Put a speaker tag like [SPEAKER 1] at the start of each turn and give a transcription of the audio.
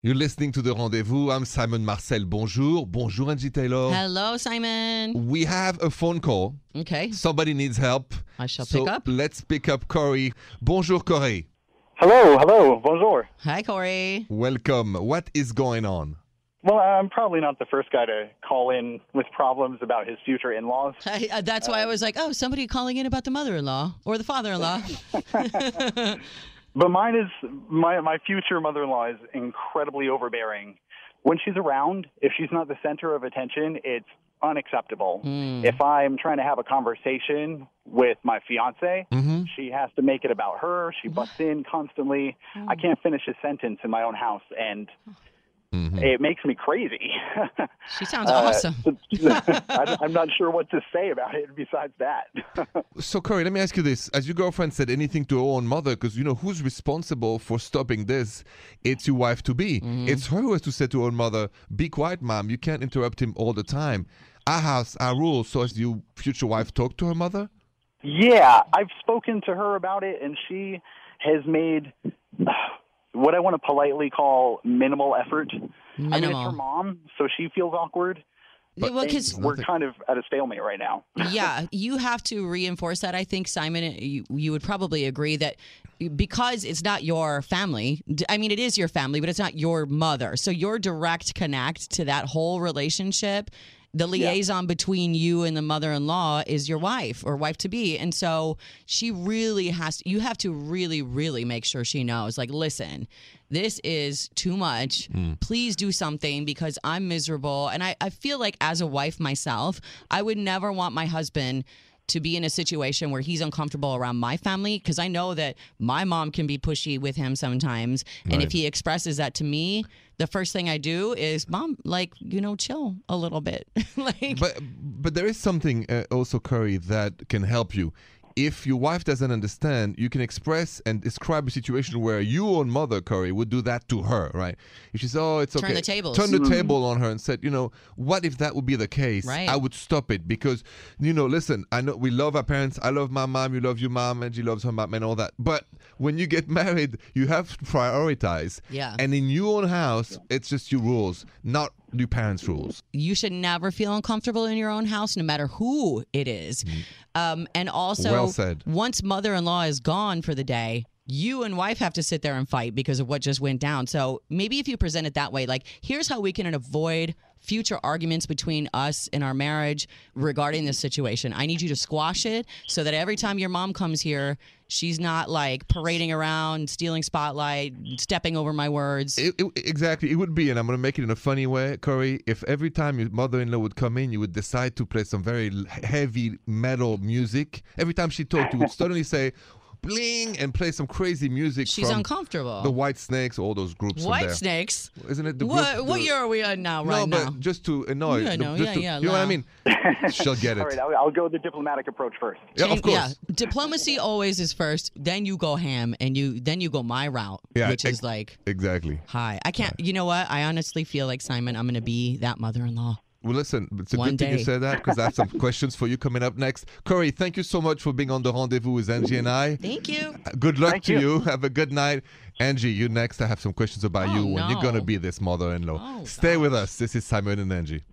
[SPEAKER 1] You're listening to The Rendezvous. I'm Simon Marcel. Bonjour. Bonjour, Angie Taylor.
[SPEAKER 2] Hello, Simon.
[SPEAKER 1] We have a phone call.
[SPEAKER 2] Okay,
[SPEAKER 1] Somebody needs help.
[SPEAKER 2] I shall
[SPEAKER 1] so
[SPEAKER 2] pick up.
[SPEAKER 1] let's pick up Corey. Bonjour, Corey.
[SPEAKER 3] Hello, hello, bonjour.
[SPEAKER 2] Hi, Corey.
[SPEAKER 1] Welcome. What is going on?
[SPEAKER 3] Well, I'm probably not the first guy to call in with problems about his future in laws.
[SPEAKER 2] I, uh, that's why I was like, oh, somebody calling in about the mother-in-law or the father-in-law.
[SPEAKER 3] But mine is my, my future mother in law is incredibly overbearing. When she's around, if she's not the center of attention, it's unacceptable. If I'm trying to have a conversation with my fiance,
[SPEAKER 1] Mm-hmm.
[SPEAKER 3] she has to make it about her. She butts in constantly. I can't finish a sentence in my own house, and it makes me crazy.
[SPEAKER 2] she sounds
[SPEAKER 3] Uh,
[SPEAKER 2] awesome.
[SPEAKER 3] I'm I'm not sure what to say about it besides that.
[SPEAKER 1] So, Corey, let me ask you this. Has your girlfriend said anything to her own mother? Because, you know, who's responsible for stopping this? It's your wife to be.
[SPEAKER 2] Mm-hmm.
[SPEAKER 1] It's her who has to say to her own mother, Be quiet, mom. You can't interrupt him all the time. Our house, our rules. So, has your future wife talked to her mother?
[SPEAKER 3] yeah, I've spoken to her about it, and she has made uh, what I want to politely call minimal effort. I mean, it's
[SPEAKER 2] Minimal.
[SPEAKER 3] her mom, so she feels awkward.
[SPEAKER 2] well, because
[SPEAKER 3] We're
[SPEAKER 1] Nothing.
[SPEAKER 3] kind of at a stalemate right now.
[SPEAKER 2] yeah, you have to reinforce that. I think Simon, you, you would probably agree that because it's not your family. d- I mean, it is your family, but it's not your mother. So your direct connect to that whole relationship, the liaison between you and the mother-in-law is your wife or wife to be, and so she really has. You have to really, really make sure she knows. Like, listen, this is too much. Please do something because I'm miserable. And I, I feel like, as a wife myself, I would never want my husband to be in a situation where he's uncomfortable around my family because I know that my mom can be pushy with him sometimes. And if he expresses that to me, the first thing I do is, Mom, like, you know, chill a little bit. like,
[SPEAKER 1] But but there is something uh, also, Curry, that can help you. If your wife doesn't understand, you can express and describe a situation where your own mother, Curry, would do that to her, right? If she says, "Oh, it's okay,"
[SPEAKER 2] Turn the tables.
[SPEAKER 1] turn the table on her and said, "You know, what if that would be the case?
[SPEAKER 2] Right.
[SPEAKER 1] I would stop it because, you know, listen, I know we love our parents. I love my mom. You love your mom, and she loves her mom, and all that. But when you get married, you have to prioritize.
[SPEAKER 2] Yeah.
[SPEAKER 1] And in your own house, it's just your rules, not your parents' rules.
[SPEAKER 2] you should never feel uncomfortable in your own house, no matter who it is. Um, and
[SPEAKER 1] Mm-hmm.
[SPEAKER 2] also,
[SPEAKER 1] Well said.
[SPEAKER 2] once mother in law is gone for the day, you and wife have to sit there and fight because of what just went down. So maybe if you present it that way, like, here's how we can avoid future arguments between us and our marriage regarding this situation. I need you to squash it so that every time your mom comes here, she's not like parading around, stealing spotlight, stepping over my words.
[SPEAKER 1] It, it- exactly. It would be, and I'm going to make it in a funny way, Corey. If every time your mother-in-law would come in, you would decide to play some very l- heavy metal music. Every time she talked, you would suddenly say, "Bling," and play some crazy music
[SPEAKER 2] she's
[SPEAKER 1] from
[SPEAKER 2] uncomfortable.
[SPEAKER 1] the White Snakes, all those groups. from
[SPEAKER 2] White
[SPEAKER 1] there.
[SPEAKER 2] snakes.
[SPEAKER 1] isn't it? The
[SPEAKER 2] what
[SPEAKER 1] group,
[SPEAKER 2] what
[SPEAKER 1] the-
[SPEAKER 2] year are we on now?
[SPEAKER 1] no,
[SPEAKER 2] Right now.
[SPEAKER 1] but just to annoy.
[SPEAKER 2] Yeah,
[SPEAKER 1] the-
[SPEAKER 2] no,
[SPEAKER 1] just
[SPEAKER 2] yeah,
[SPEAKER 1] to-
[SPEAKER 2] yeah,
[SPEAKER 1] You know what I
[SPEAKER 2] la.
[SPEAKER 1] mean? She'll get
[SPEAKER 3] All right,
[SPEAKER 1] it.
[SPEAKER 3] I'll, I'll go the diplomatic approach first.
[SPEAKER 1] Yeah, of
[SPEAKER 2] Change-
[SPEAKER 1] course.
[SPEAKER 2] diplomacy always is first. Then you go ham, and you then you go my route,
[SPEAKER 1] Yeah,
[SPEAKER 2] which
[SPEAKER 1] ex-
[SPEAKER 2] is like,
[SPEAKER 1] Exactly.
[SPEAKER 2] hi, I can't. You know what? I honestly feel like Simon. I'm gonna be that mother-in-law.
[SPEAKER 1] Well, listen, it's a
[SPEAKER 2] One
[SPEAKER 1] good thing you
[SPEAKER 2] day.
[SPEAKER 1] said that because I have some questions for you coming up next. Corey, thank you so much for being on the rendezvous with Angie and I.
[SPEAKER 2] Thank you.
[SPEAKER 1] Good luck
[SPEAKER 3] Thank
[SPEAKER 1] to you.
[SPEAKER 3] you.
[SPEAKER 1] Have a good night. Angie, you next. I have some questions about
[SPEAKER 2] Oh,
[SPEAKER 1] you when you're going to
[SPEAKER 2] no.
[SPEAKER 1] be this mother in law.
[SPEAKER 2] Oh,
[SPEAKER 1] Stay with us. This is Simon and Angie.